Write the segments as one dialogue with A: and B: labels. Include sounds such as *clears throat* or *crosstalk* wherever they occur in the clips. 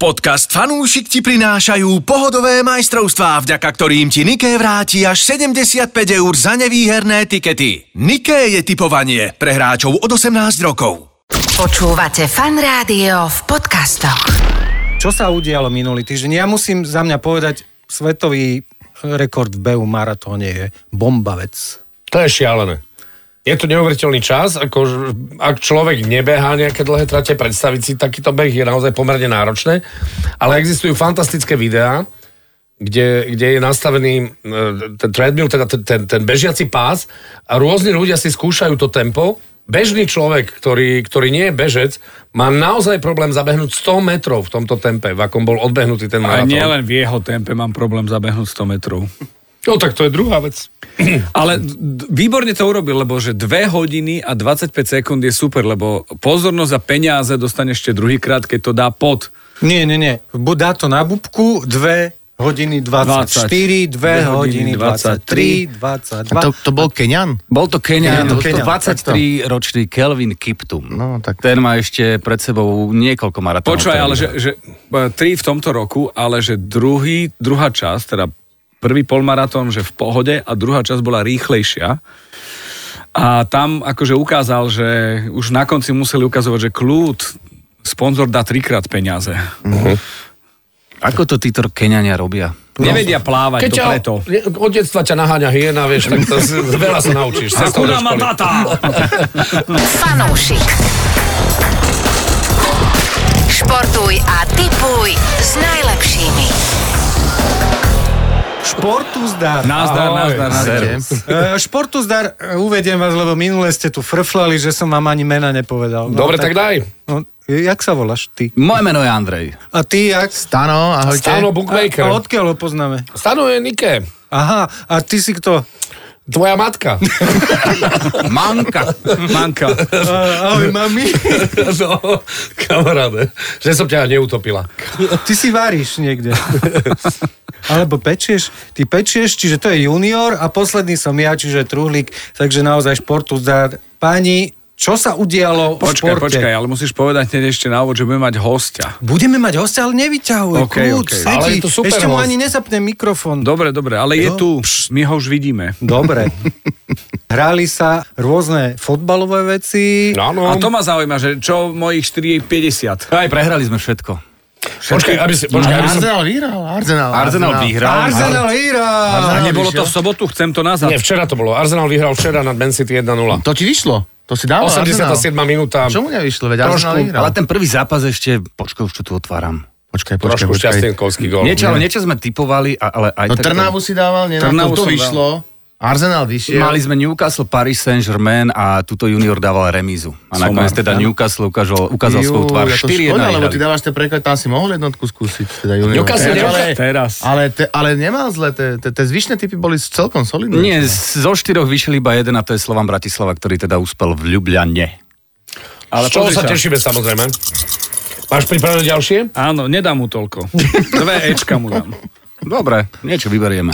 A: Podcast Fanúšik ti prinášajú pohodové majstrovstvá, vďaka ktorým ti Niké vráti až 75 eur za nevýherné tikety. Niké je typovanie pre hráčov od 18 rokov.
B: Počúvate fan rádio v podcastoch.
C: Čo sa udialo minulý týždeň? Ja musím za mňa povedať, svetový rekord v behu maratóne je bombavec.
D: To je šialené. Je to neuveriteľný čas, ako ž- ak človek nebehá nejaké dlhé trate, predstaviť si takýto beh je naozaj pomerne náročné, ale existujú fantastické videá, kde, kde je nastavený e, ten treadmill, teda ten, ten, ten bežiaci pás a rôzni ľudia si skúšajú to tempo. Bežný človek, ktorý, ktorý nie je bežec, má naozaj problém zabehnúť 100 metrov v tomto tempe, v akom bol odbehnutý ten
E: A
D: maratón.
E: nielen v jeho tempe mám problém zabehnúť 100 metrov.
D: No tak to je druhá vec.
E: Ale d- výborne to urobil, lebo že 2 hodiny a 25 sekúnd je super, lebo pozornosť a peniaze dostane ešte druhýkrát, keď to dá pod.
C: Nie, nie, nie. Bu- Dá to na bubku 2 hodiny 24, 2
E: Dve
C: hodiny
E: hodiny
C: 23, 22.
F: To, to bol Keňan?
G: Bol to Kenia,
C: Keňan,
G: bol
C: Keňan,
G: to 23-ročný Kelvin Kiptum.
F: No, tak-
G: Ten má ešte pred sebou niekoľko maratónov.
E: Počúvaj,
G: ktoré
E: ale že,
G: vyhral.
E: že e, tri v tomto roku, ale že druhý, druhá časť, teda prvý polmaratón, že v pohode a druhá časť bola rýchlejšia. A tam akože ukázal, že už na konci museli ukazovať, že kľud, sponzor dá trikrát peniaze.
G: Ako to títo Keniania robia?
E: Nevedia
D: Keď
E: plávať do
D: ťa
E: pleto.
D: od detstva ťa naháňa hyena, vieš, tak to, z- veľa sa naučíš. cestou do
E: Hakuna
D: školy.
E: Matata!
B: Fanúšik. Športuj a tipuj s najlepšími.
C: Športu zdar.
E: *laughs* Nazdar,
D: Ahoj.
E: nazdar, nazdar.
C: E, Športu zdar, e, uvediem vás, lebo minule ste tu frflali, že som vám ani mena nepovedal. No,
D: Dobre, tak daj.
C: No, jak sa voláš ty?
G: Moje meno je Andrej.
C: A ty jak?
F: Stano, ahojte.
C: A,
D: Stano
C: a
D: Bookmaker.
C: odkiaľ ho poznáme?
D: Stano je Nike.
C: Aha, a ty si kto?
D: Tvoja matka.
G: Manka.
E: Manka.
C: E, Ahoj, mami.
D: no, kamaráde. Že som ťa neutopila.
C: Ty si varíš
D: *laughs*
C: niekde. Alebo pečieš. Ty pečieš, čiže to je junior a posledný som ja, čiže truhlík. Takže naozaj športu zdar. Páni, čo sa udialo v
E: Počkaj,
C: športe?
E: počkaj, ale musíš povedať hneď ešte na úvod, že budeme mať hostia.
C: Budeme mať hostia, ale nevyťahuj.
E: OK,
C: Okay, kľud,
E: OK.
C: okay.
D: Ale je to super
C: Ešte mu
D: host.
C: ani nezapnem mikrofón.
E: Dobre, dobre, ale je
C: Jo.
E: tu. My ho už vidíme.
C: Dobre.
D: *laughs*
C: Hrali sa rôzne fotbalové veci.
D: No, no.
E: A to ma zaujíma, že čo mojich 4,50.
G: Aj prehrali sme všetko.
D: Počkaj, aby si... Počkaj, aby som...
F: Arsenal vyhral, Arsenal.
G: Arsenal vyhral.
C: Arsenal hýra!
E: A nebolo to v sobotu, chcem to nazad.
D: Nie, včera to bolo. Arsenal vyhral včera nad Man City 1-0.
F: To ti vyšlo? To si dal
D: 87. minúta.
F: Čo mu nevyšlo? Veď Arsenal vyhral.
G: Ale ten prvý zápas ešte, počkaj, už to tu otváram.
F: Počkaj, počkaj,
D: Trošku
F: počkaj.
D: šťastienkovský gol.
G: Niečo, ale niečo sme typovali, a- ale aj
F: No
G: tak... to-
F: Trnavu si dával, nie?
G: Trnavu
F: Trnavu to
G: som
F: vyšlo. Arsenal vyšiel.
G: Mali sme Newcastle, Paris Saint-Germain a tuto junior dával remízu. A
E: Somar,
G: nakoniec teda
E: áno.
G: Newcastle ukázal, ukázal svoju tvár.
F: ja to škoda,
G: 4-1
F: lebo ty
G: vyhrali.
F: dávaš ten preklad, tam si mohol jednotku skúsiť. Teda junior.
D: Newcastle
F: Teraz,
D: neuka-
F: ale-
E: teraz.
F: Ale, te, ale nemal zle, te, te, te zvyšné typy boli celkom solidné.
G: Nie, z- zo štyroch vyšiel iba jeden a to je Slovan Bratislava, ktorý teda úspel v Ljubljane.
D: Ale Z čoho sa tešíme samozrejme? Máš pripravené ďalšie?
E: Áno, nedám mu toľko. Dve Ečka mu dám.
G: Dobre, niečo vyberieme.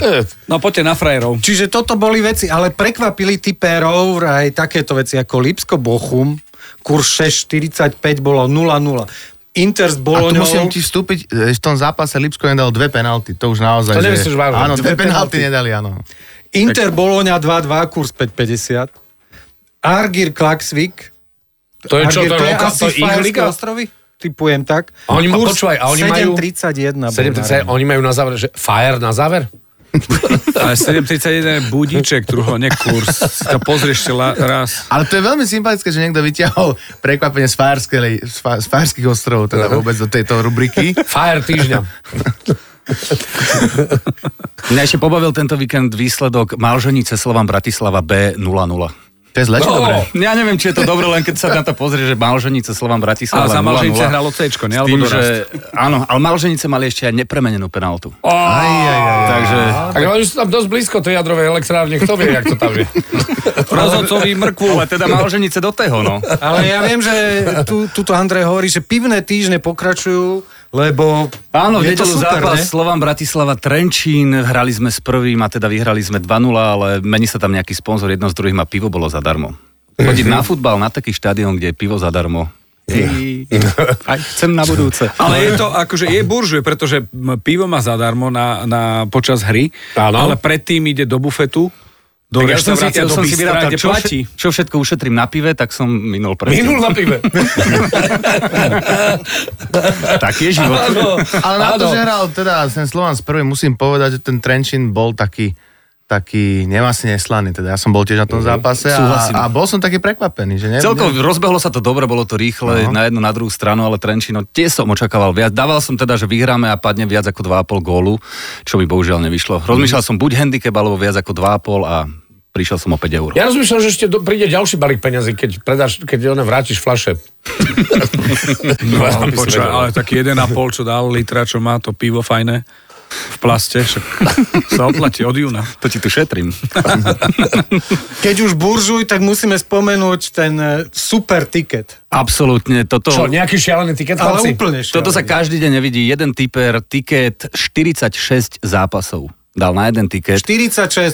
E: No poďte na frajerov.
C: Čiže toto boli veci, ale prekvapili typerov aj takéto veci ako Lipsko-Bochum, kurz 6,45 bolo 0-0. Inter s
F: A tu
C: Boloňou...
F: musím ti vstúpiť, e, v tom zápase Lipsko nedalo dve penalty, to už naozaj...
D: To
F: že-
D: nemyslíš vážne?
F: Áno, dve,
C: Dve penalty.
F: penalty nedali, áno.
C: Inter Boloňa 2-2, kurz 5,50. Argir Klaksvik.
D: To je čo, to je, loka-
C: asi
D: to je ich
C: Fajerské
D: liga?
C: ostrovy? Typujem tak.
D: A oni ma- počúvaj, a oni majú-
C: 7,31. bol
D: 7.30,
C: na
D: oni majú na záver, že fire na záver?
E: *laughs* Ale 7.31 je budíček, druhého nekurs. Si to pozrieš ešte la- raz.
F: Ale to je veľmi sympatické, že niekto vyťahol prekvapenie z, Fajerskej, z, Fa- z Fajerských ostrovov, teda vôbec do tejto rubriky.
D: Fire týždňa.
G: Mňa ešte pobavil tento víkend výsledok Malženice Slovan Bratislava B0-0.
F: To je zle, čo
D: No.
F: dobre.
G: Ja neviem, či je to dobre, len keď sa na to pozrie, že Malženice Slovan
E: A
G: Bratislava 0-0.
E: za Malženice hralo Cčko,
G: S
E: ne? Alebo
G: tým,
E: dorast.
G: že, áno, ale Malženice mali ešte aj nepremenenú penaltu.
F: Aj, aj, aj.
G: Takže
D: Tak ale už sú tam dosť blízko tej jadrovej elektrárne, kto vie, jak to tam je.
E: Rozhodcovi mrkvu.
G: ale teda Malženice do toho,
E: *laughs*
G: no.
C: Ale ja viem, že tu, tuto Andrej hovorí, že pivné týždne pokračujú, lebo
G: Áno, v
C: je to
G: nedelu
C: super,
G: zápas
C: ne?
G: Slovan Bratislava Trenčín, hrali sme s prvým a teda vyhrali sme 2-0, ale mení sa tam nejaký sponzor jedno s druhým a pivo bolo zadarmo. Chodiť na futbal, na taký štadión, kde je pivo zadarmo, Hej. Aj chcem na budúce.
E: Ale je to, akože je buržuje, pretože m, pivo má zadarmo na, na počas hry,
D: Áno.
E: ale predtým ide do bufetu,
D: Tak
E: do
D: ja som si-
E: reštaurácie,
D: ja
E: do
D: som si
E: bystra,
G: Vyrátam,
E: kde
G: čo,
E: platí.
G: vše- čo všetko ušetrím na pive, tak som minul predtým.
D: Minul na pive.
G: Taký je život.
H: No,
F: Ale na to, že hral teda ten Slovan z prvý, musím povedať, že ten Trenčín bol taký taký nemasi neslaný, teda ja som bol tiež na
D: Mhm.
F: tom zápase
G: Súhlasím.
F: a, a bol som taký prekvapený, že ne,
G: Celkovo rozbehlo sa to dobre, bolo to rýchle no. na jednu, na druhú stranu, ale Trenčín, no tie som očakával viac. Dával som teda, že vyhráme a padne viac ako 2,5 gólu, čo mi bohužiaľ nevyšlo. Rozmýšľal som buď handicap, alebo viac ako 2,5 a prišiel som o 5 eur.
D: Ja rozmýšľam, že ešte do, príde ďalší balík peňazí, keď, predáš, keď ona vrátiš flaše.
E: No,
D: Ja by som
E: počuj,
D: vedel.
E: ale taký 1,5, čo dal litra, čo má to pivo fajné v plaste, však sa oplatí od júna.
G: To ti tu šetrím.
C: Keď už buržuj, tak musíme spomenúť ten e, super tiket.
G: Absolútne, toto...
D: Čo,
E: No.
D: nejaký šialený tiket?
C: Ale
D: chlapci?
C: úplne šialený.
G: Toto sa každý deň nevidí. Jeden typer, tiket, 46 zápasov. Dal na jeden tiket.
C: 46. to je-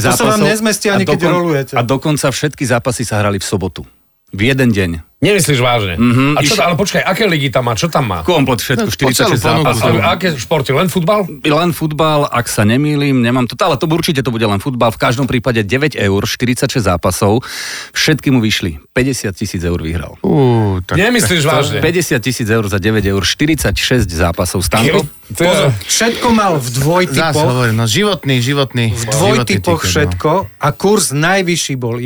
G: 46
C: To sa
G: zápasov.
C: vám nezmestí ani,
G: a
C: keď rolujete.
G: A dokonca všetky zápasy sa hrali v sobotu. V jeden deň.
D: Nemyslíš vážne? Mm-hmm, a čo, tam- ale počkaj, aké ligy tam má? Čo tam má?
G: Komplet všetko,
F: No, po celú
G: 46
F: ponuku.
D: A,
G: zápasov.
D: a, aké športy? Len futbal?
G: Len futbal, ak sa nemýlim, nemám to, ale to určite to bude len futbal. V každom prípade 9 eur, 46 zápasov, všetky mu vyšli. 50 tisíc eur vyhral.
F: Ú, tak,
D: Nemyslíš vážne?
G: 50 tisíc eur za 9 eur, 46 zápasov. Stanko?
D: To je-
C: Všetko mal v
F: Zás
C: dvojtypoch.
F: hovorím, no životný, životný.
C: V
F: životný
C: dvojtypoch
F: tiket, no.
C: všetko a kurz najvyšší bol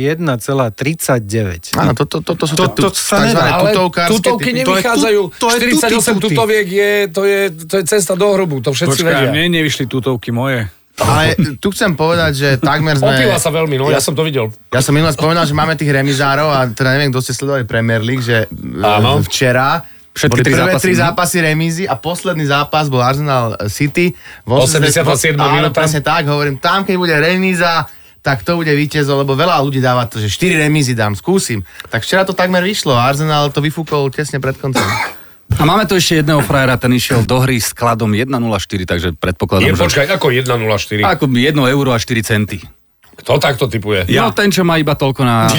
C: 1,39.
F: no. Áno, toto to, to, to sú
C: To- to
F: tie tu,
C: sa
F: tzv.
C: nedá.
D: Ale
F: tutovkárske
D: tutovky
F: typy.
C: to je
D: nevychádzajú.
C: tu- to je tuti,
D: 48
C: tuti.
D: tutoviek je, to je, to je cesta do hrobu, to všetci vedia.
E: Počkaj, mne nevyšli tutovky moje.
F: Ale tu chcem povedať, že takmer sme...
D: Opila sa veľmi, no ja, som to videl.
F: Ja som minulé spomínal, že máme tých remizárov a teda neviem, kto ste sledovali Premier League, že e,
D: Áno.
F: včera
G: Všetky
F: boli
G: tri
F: prvé
G: zápasy,
F: tri
G: mhm.
F: zápasy remízy a posledný zápas bol Arsenal e, City. V
D: 87.
F: Áno,
D: minúta.
F: presne tak, hovorím, tam keď bude remíza, tak to bude víťaz, lebo veľa ľudí dáva to, že 4 remízy dám, skúsim. Tak včera to takmer vyšlo a Arsenal to vyfúkol tesne pred
D: *laughs*
F: koncom.
G: A máme tu ešte jedného frajera, ten išiel do hry s skladom 1,04, takže
D: Je,
G: predpokladám, že...
D: počkaj, ako 1.04.
G: Ako 1 euro a 4 centy.
D: Kto takto typuje?
G: Ja. No ten, čo má iba toľko na...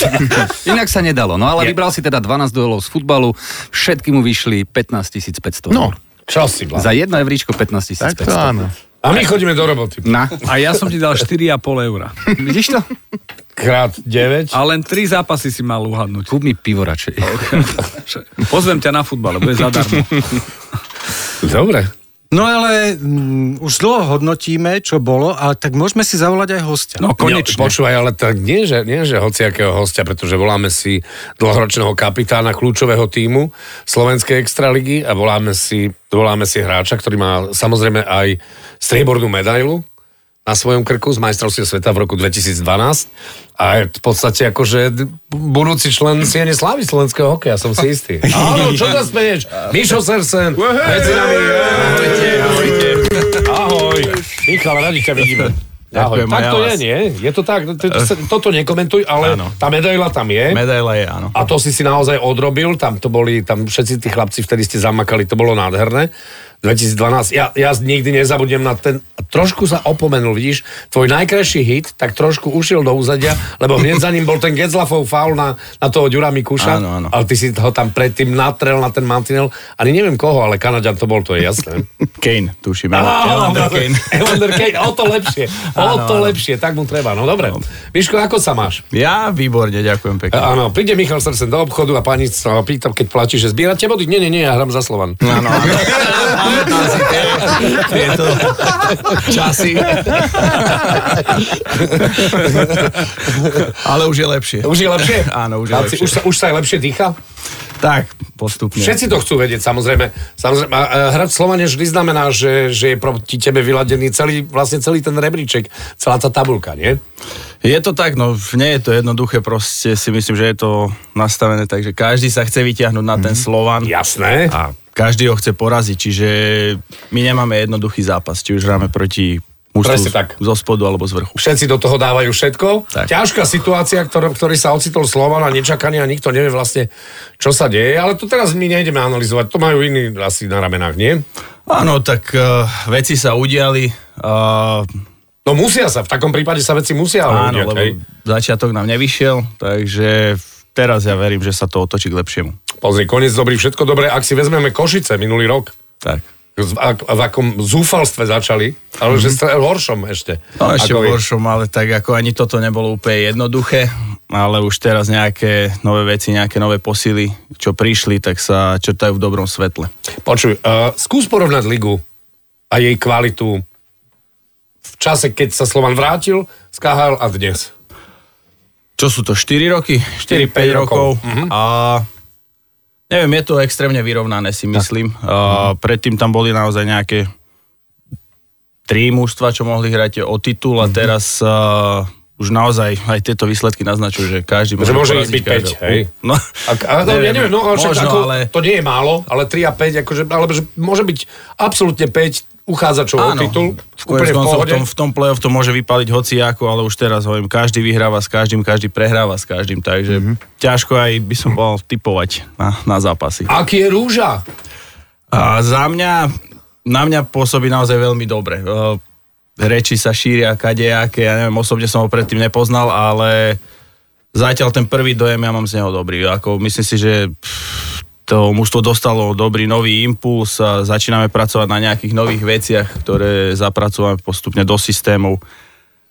G: *laughs* Inak sa nedalo. No ale
D: Je.
G: vybral si teda 12 duelov z futbalu, všetky mu vyšli 15 500
F: No,
G: eur.
D: Čo si blá?
G: Za jedno evríčko 15
F: tak to
G: 500.
F: áno.
D: A my chodíme do roboty.
G: Na.
E: A ja som ti dal 4,5 eura.
G: Vidíš to?
D: Krát 9.
E: A len 3 zápasy si mal
H: No,
E: uhadnúť.
G: Kúp mi pivo radšej.
E: Pozvem ťa na futbal, bude zadarmo.
D: Dobre.
C: No ale mm, už dlho hodnotíme, čo bolo, a tak môžeme si zavolať aj hostia.
E: No konečne.
D: No, počúvaj, ale tak nie, že, nie, že hociakého hostia, pretože voláme si dlhoročného kapitána kľúčového týmu Slovenskej extraligy a voláme si, voláme si hráča, ktorý má samozrejme aj striebornú medailu na svojom krku z majstrovstiev sveta v roku 2012 a je v podstate akože d- budúci člen Siene Slavy slovenského hokeja, som si istý. *laughs* Áno, čo to speješ? Mišo Sersen, medzi nami. Ahojte, ahojte. Ahoj. Michal, radi ťa vidíme. Ahoj.
H: *laughs* Ďakujem,
D: Tak
H: aj
D: to
H: ja
D: je,
H: vás.
D: nie? Je to tak? To- to sa- Toto nekomentuj, ale
H: Áno.
D: tá medaila tam je.
H: Medaila je, áno.
D: A to si si naozaj odrobil, tam to boli, tam všetci tí chlapci vtedy ste zamakali, to bolo nádherné. 2012, ja, ja nikdy nezabudnem na ten, trošku sa opomenul, vidíš, tvoj najkrajší hit, tak trošku ušiel do úzadia, lebo hneď za ním bol ten Getzlafov faul na, na toho Ďura Mikuša,
H: Áno, áno.
D: ale ty si ho tam predtým natrel na ten mantinel, ani neviem koho, ale Kanaďan to bol, to je jasné.
H: Kane, tuším.
D: Áno,
H: Evander
D: dobre. *laughs*
H: Kane.
D: Evander Kane, o to lepšie, o to lepšie, tak mu treba, no dobre. Miško, ako sa máš?
H: Ja výborne,
D: E,
H: ďakujem pekne.
D: Áno, príde Michal Srsen do obchodu a pani sa ho pýta, keď plačí, že zbierate body. Nie, nie, nie, ja hrám za Slovan.
H: Áno, áno. Pamätám si tie, tieto časy. Ale už je lepšie.
D: Už je lepšie?
H: *laughs* Áno, už je
D: Chlapci,
H: lepšie.
D: Už sa, už sa aj lepšie dýcha?
H: Tak, postupne.
D: Všetci to chcú vedieť, samozrejme. samozrejme. A, a hrať Slovane vždy znamená, že, že je proti tebe vyladený celý, vlastne celý ten rebríček, celá tá tabulka, nie?
H: Je to tak, no nie je to jednoduché, proste si myslím, že je to nastavené tak, že každý sa chce vyťahnuť na ten Slovan.
D: Jasné.
H: a každý ho chce poraziť, čiže my nemáme jednoduchý zápas, či už hráme proti
D: Presne
H: mužstvu
D: tak.
H: z- zo spodu alebo z vrchu.
D: Všetci do toho dávajú všetko. Tak.
H: Tak.
D: Ťažká situácia, ktorý, ktorý sa ocitol Slovan a nečakanie a nikto nevie vlastne, čo sa deje. Ale to teraz my nejdeme analyzovať. To majú iní asi na ramenách, nie?
H: Áno, tak uh, veci sa udiali, uh,
D: No musia sa, v takom prípade sa veci musia ale udiať,
H: áno, lebo
D: hej.
H: začiatok nám nevyšiel, takže teraz ja verím, že sa to otočí k lepšiemu.
D: Pozri, koniec dobrý, všetko dobré. Ak si vezmeme Košice minulý rok,
H: Tak.
D: z- ak- v akom zúfalstve začali, ale že stra- horšom ešte.
H: Mhm. No ešte
D: ako vy.
H: v horšom, ale tak ako ani toto nebolo úplne jednoduché, ale už teraz nejaké nové veci, nejaké nové posily, čo prišli, tak sa črtajú v dobrom svetle.
D: Počuj, uh, skús porovnať ligu a jej kvalitu v čase, keď sa Slovan vrátil z KHL a dnes.
H: Čo sú to, 4 roky? 4-5
D: 4-5
H: rokov.
D: rokov. Mhm.
H: A neviem, je to extrémne vyrovnané, si myslím. A
D: Mhm.
H: predtým tam boli naozaj nejaké tri mužstva, čo mohli hrať o titul
D: Mhm.
H: a teraz a, už naozaj aj tieto výsledky naznačujú, že každý
D: Že môže ich
H: poraziť
D: byť päť,
H: každého.
D: hej?
H: No,
D: A, a, no, ja neviem, no, ale však
H: možno,
D: ako,
H: ale...
D: to nie je málo, ale 3 a 5, akože, alebo že môže byť absolútne 5 uchádzačov o titul,
H: Skôr
D: úplne v
H: koncov v,
D: pohode.
H: tom, v tom play-off to môže vypaliť hoci ako, ale už teraz hovorím, každý vyhráva s každým, každý prehráva s každým, takže
D: Mhm.
H: mm-hmm. ťažko aj by som bol typovať na, na zápasy.
D: Aký je rúža?
H: A za mňa, na mňa pôsobí naozaj veľmi dobre. E, Reči sa šíria kadejaké, ja neviem, osobne som ho predtým nepoznal, ale zatiaľ ten prvý dojem ja mám z neho dobrý. Ako, myslím si, že pff, to mužstvo dostalo dobrý nový impuls a začíname pracovať na nejakých nových veciach, ktoré zapracovame postupne do systémov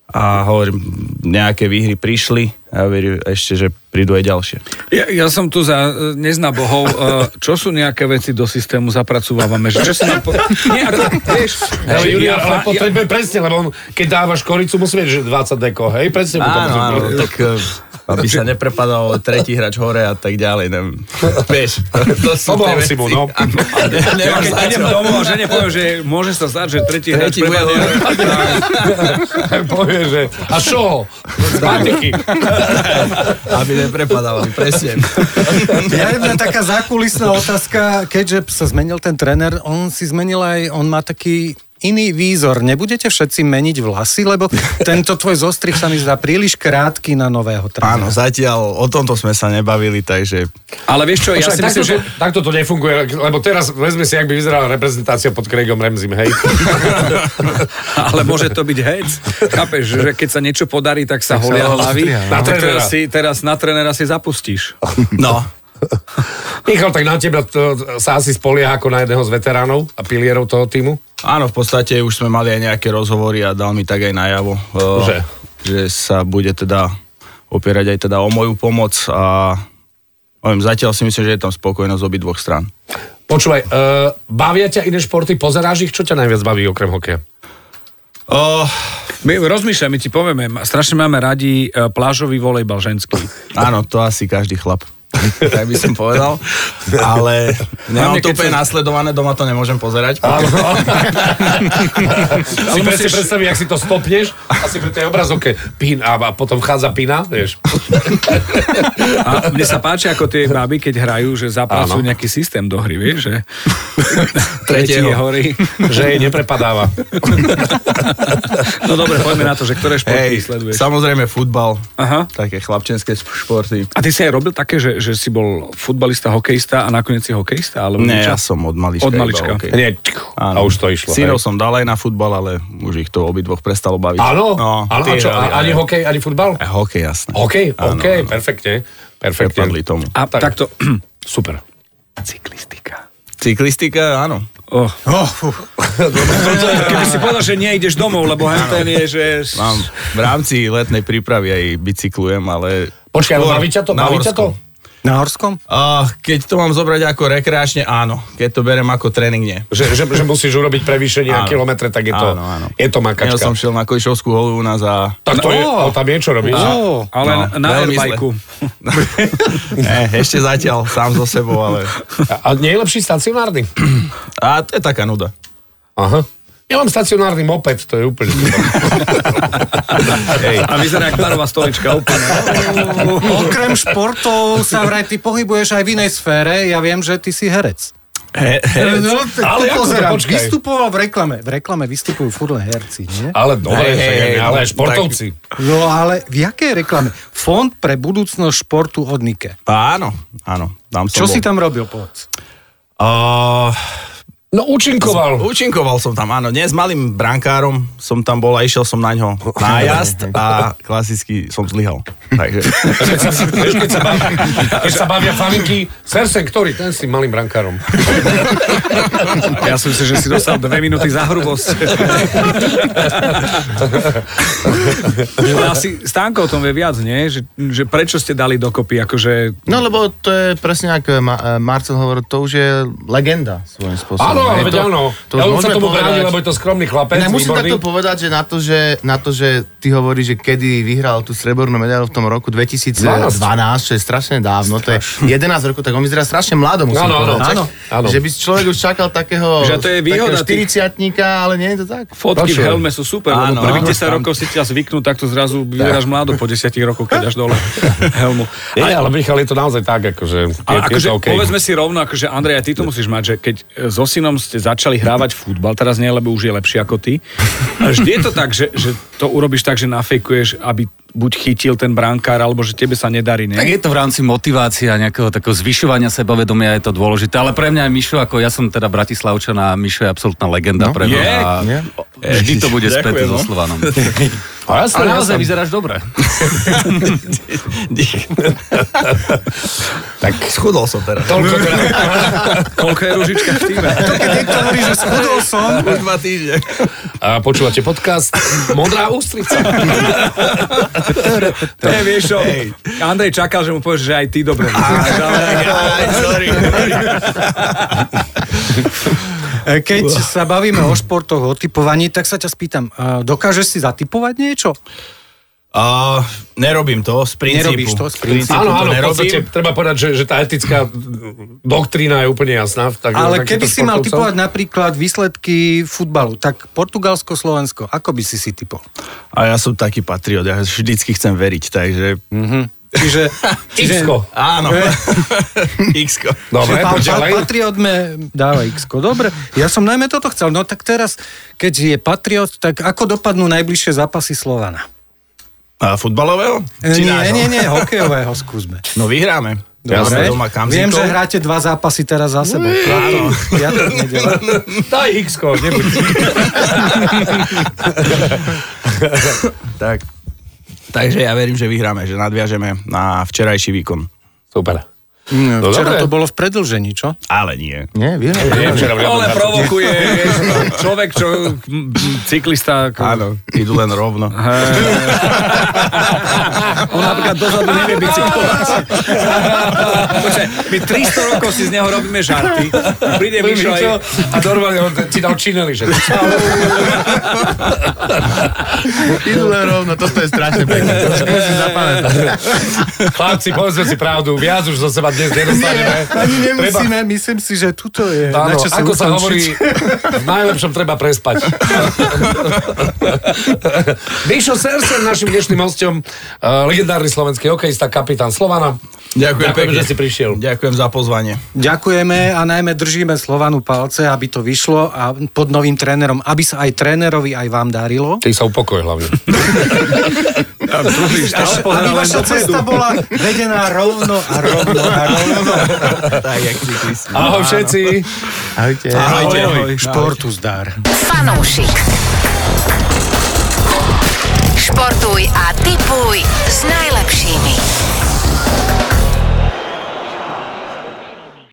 H: a hovorím, nejaké výhry prišli a verím ešte, že prídu aj ďalšie.
E: Ja, ja som tu za e, neznabohov. e, Čo sú nejaké veci do systému zapracovávame? Že čo sa nám po... Nie, ako, vieš,
D: Hele,
E: že
D: Junior,
E: ja-
D: ale
E: ja-
D: potrebuje presne, lebo on, keď dávaš koricu, musí vedieť, že 20 deko, hej? Presne mu to
H: Áno,
D: musí
H: áno, *laughs* tak eh, aby sa neprepadal tretí hráč hore a tak ďalej, neviem. Vieš, to sú
D: Pomohol
H: tie
D: si mu,
H: veci.
D: no.
H: A- a ne-
E: Ja
H: nemáš
E: keď
H: za čo.
E: idem domov a žene poviem, že môže sa zdať, že tretí hráč
H: Tretí bude
E: prepadol.
D: *laughs* Povie, že a čo? Z matiky.
H: Aby neprepadal, aby presne.
C: Ja jedna taká zákulisná otázka, keďže sa zmenil ten tréner, on si zmenil aj, on má taký iný výzor. Nebudete všetci meniť vlasy, lebo tento tvoj zostrih sa mi zdá príliš krátky na nového trénera.
H: Áno, zatiaľ o tomto sme sa nebavili, takže
E: Ale vieš čo, ja
D: Však
E: si myslím, že...
D: takto, to, takto to nefunguje, lebo teraz vezme si, ak by vyzerala reprezentácia pod Craigom Remzim, hej?
E: Ale môže to byť hec. Chápeš, že keď sa niečo podarí, tak sa holia hlavy.
C: ostria,
D: no.
E: A tak
D: Na trénera.
E: teraz, si, teraz na trénera si zapustíš.
H: no.
D: Michal, tak na teba to, sa asi spolieha ako na jedného z veteránov a pilierov toho týmu.
H: Áno, v podstate už sme mali aj nejaké rozhovory a dal mi tak aj najavo, eh,
D: Že?
H: že sa bude teda opierať aj teda o moju pomoc a Hovorím, zatiaľ si myslím, že je tam spokojnosť z obidvoch strán.
D: Počúvaj, uh, bavia ťa iné športy, pozeráš ich, čo ťa najviac baví okrem
H: *laughs*
D: hokeja?
H: Oh,
E: My rozmýšľame, ti povieme, ma- strašne máme radi e, plážový volejbal ženský.
H: Áno, to asi každý
D: *laughs*
H: chlap. tak by som povedal. Ale nemám
E: Hlavne, keď
H: to úplne
E: sa-
H: nasledované, doma to nemôžem pozerať.
D: si presne
E: musíš-
D: predstaví, ak si to stopneš a si pri tej obrazovke pín a, a potom vchádza pína,
H: *laughs*
D: vieš.
E: A mne sa páči, ako tie baby, keď hrajú, že zapracujú nejaký systém do hry, vieš,
H: *laughs*
E: že? Tretí je hory.
D: Že jej neprepadáva.
E: No dobre, poďme na to, že ktoré športy
H: Hej,
E: sleduješ.
H: samozrejme futbal.
E: Aha.
H: Také chlapčenské športy.
E: A ty si aj robil také, že, že si bol futbalista, hokejista a nakoniec si hokejista? Alebo
H: Nie,
E: niečo?
H: ja som od malička.
E: Od malička.
H: Iba, okay.
D: Nie, a už to išlo.
H: Synov
D: hej.
H: som dal aj na futbal, ale už ich to obidvoch prestalo baviť. No,
D: Áno, áno, a
H: tí
D: čo,
H: hrali
D: a, ani
H: aj-
D: hokej, ani futbal?
H: aj Hokej, jasné.
D: OK,
H: Áno,
D: OK,
H: áno.
D: perfektne. Perfektne.
H: Prepadli tomu.
E: A tak. takto, *clears throat*
D: Super.
E: cyklistika.
H: Cyklistika, áno.
E: Oh. Oh, Keby si povedal, že nejdeš domov, lebo henten je, že...
H: Mám v rámci letnej prípravy aj bicyklujem, ale...
D: Počkaj, ale
H: Skôr
D: baví ťa to?
H: na
D: Baví ťa to?
H: Horskom.
C: Na Horskom?
H: Uh, keď to mám zobrať ako rekreačne, áno. Keď to berem ako tréning, nie.
D: Že, že, že musíš urobiť prevýšenie na
H: Áno.
D: kilometre, tak je to,
H: Áno, áno.
D: Je to
H: Ja
D: makačka.
H: som šiel na Kojišovskú holu u nás a...
D: Tak to je, ale
E: No.
D: tam je čo robiť.
E: Oh, ale
H: No,
E: no, na
H: veľmi zle.
E: airbajku.
G: *laughs*
H: eh, ešte zatiaľ sám so sebou, ale...
D: A, a nie je lepší stacionárny?
H: A to je taká nuda.
D: Aha. Ja mám stacionárny moped, to je úplne...
H: Hej.
E: A vyzerá jak barová stolička úplne.
C: Okrem športov sa vraj ty pohybuješ aj v inej sfére. Ja viem, že ty si herec.
H: He, he,
C: No, tak tu
D: Ale ako to,
C: pozerám.
D: počkaj.
C: Vystupoval v reklame. V reklame vystupujú furt len herci, nie?
D: Ale dobre,
H: Hej,
D: hey,
H: hej, hej,
D: ale
H: no,
D: športovci.
C: No ale v jakej reklame? Fond pre budúcnosť športu od Nike.
H: áno, áno. Tam som
C: Čo
H: bol.
C: si tam robil, povedz?
H: Uh,
D: No účinkoval.
H: Účinkoval som tam, áno. Nie s malým brankárom som tam bol a išiel som na
G: *laughs*
H: ňo nájazd a klasicky som zlyhal. Takže...
D: Keď
G: *laughs*
D: sa, vieš, keď sa, bavia, keď sa bavia faninky, Sersen, ktorý? Ten si malým brankárom.
E: Ja som si, že si dostal dve minúty za hrubosť. Ale No, asi Stánko o tom vie viac, nie? Že, že prečo ste dali dokopy, akože...
F: No lebo to je presne ako Ma- eh, Marcel hovoril, to už je legenda svojím spôsobom.
D: Áno,
F: Hej,
D: veď áno.
F: to
D: ja
F: už
D: on sa
F: môžeme
D: tomu
F: povedať.
D: bráni, lebo je to skromný chlapec,
F: Ja musím
D: výborný.
F: takto povedať, že na to, že, na to, že ty hovoríš, že kedy vyhral tú srebrnú medailu v tom roku 2012,
D: 12,
F: čo je strašne dávno, to je 11 rokov, tak on vyzerá strašne mlado, musím
D: Áno, áno,
F: povedať.
D: áno, áno.
F: Že by si človek už čakal takého,
E: Že to je výhoda
F: takého 40-tníka, ale nie je to tak.
E: Fotky v helme sú super, áno,
H: Áno,
E: lebo prvých
H: áno,
E: 10 rokov si ťa zvyknú, takto zrazu vyráš mládo po 10 rokoch, keď až dole helmu.
D: Nie, ale Michal, je to naozaj tak, akože je,
E: A
D: je
E: akože,
D: to
E: okay.
D: okay.
E: povedzme si rovno, akože Andrej, aj ty to musíš mať, že keď e, so synom ste začali hrávať futbal, teraz nie, lebo už je lepší ako ty, a vždy je to tak, že, že to urobíš tak, že nafejkuješ, aby buď chytil ten brankár, alebo že tebe sa nedarí,
H: *laughs*
G: Tak
E: nie?
G: je to v rámci motivácie a nejakého takého zvyšovania sebavedomia je to dôležité, ale pre mňa je Mišo, ako ja som teda Bratislavčan a Mišo je absolútna legenda no, pre mňa.
E: je,
G: a vždy to bude späť
H: Ďakujem,
G: so
H: no. *laughs*
G: Slovanom.
D: A ja som,
G: Ale
D: ja
G: naozaj
D: som.
G: vyzeráš dobre.
H: tak schudol som teraz.
D: Toľko teda.
E: Koľko je ružička v týme?
C: Keď niekto hovorí, že schudol som,
H: Už dva týždne.
D: A počúvate podcast Modrá
C: *laughs*
D: ústrica.
E: To je, vieš, čo, Andrej čakal, že mu povieš, že aj ty dobre. vyzeráš, ale-
H: Aj, sorry.
C: e, keď sa bavíme o športoch, o typovaní, tak sa ťa spýtam, e, dokážeš si zatypovať niečo?
H: *laughs* A, nerobím to z princípu.
C: Nerobíš to z princípu.
D: Áno,
H: to
D: áno, v
H: nerobím.
D: podstate treba povedať, že, že tá etická doktrína je úplne jasná. Tak,
C: Ale keby si mal typovať napríklad výsledky futbalu, tak Portugalsko-Slovensko, ako by si si typol?
H: A ja som taký patriot, ja vždycky chcem veriť, takže...
C: Čiže...
D: Isko.
H: *laughs* Áno. X.
D: Dobre,
C: pa,
D: poď
C: pa,
D: ďalej.
C: Patriot me dáva x Dobre, ja som najmä toto chcel. No tak teraz, keď je Patriot, tak ako dopadnú najbližšie zápasy Slovana?
H: A futbalového?
C: E,
H: Či
C: nie,
H: nášho?
C: nie, nie, hokejového skúsme.
H: No vyhráme. no. Jasné, doma kamzíkov.
C: Viem, že hráte dva zápasy teraz za sebou. Áno. Ja to nedela.
D: Daj X-ko, nebuď.
H: Tak. Takže ja verím, že vyhráme, že nadviažeme na včerajší výkon.
D: Super.
C: No, Včera
D: dobre.
C: to bolo v predlžení, čo?
H: Ale nie.
F: Nie, vyhral.
D: Nie, včera v
E: Ale
D: Riadnom Hradci.
E: provokuje, vieš, človek, čo m, m, cyklista, ako-
H: Áno, idú len rovno.
E: *laughs* On napríklad dozadu nevie bicyklovať. Počkaj, my 300 rokov si z neho robíme žarty. Príde Mišo aj...
D: Mišo a normálne on ti dal čineli, že
F: Idú len rovno, toto je strašne pekné. To si musím zapamätať.
D: chlapci, povedzme si pravdu, viac už zo seba dnes nedostaneme.
C: Ani
D: Treba-
C: nemusíme, myslím si, že tuto je.
D: Áno,
C: na čo
D: ako
C: ukončiť.
D: sa hovorí, v najlepšom treba prespať. Mišo Sersen, našim dnešným hostom, uh, legendárny slovenský hokejista, kapitán Slovana.
H: Ďakujem, pekne.
D: že si prišiel.
H: Ďakujem za pozvanie.
C: Ďakujeme a najmä držíme Slovanu palce, aby to vyšlo a pod novým trénerom, aby sa aj trénerovi, aj vám darilo.
D: Ty sa upokoj hlavne.
C: Až, aby vaša cesta bola vedená rovno a rovno a rovno.
H: Tak, jak cyklist.
D: Ahoj všetci.
F: Ahojte.
H: Ahojte. Ahoj.
C: Športu zdar.
B: Fanúšik. Športuj a tipuj s najlepšími.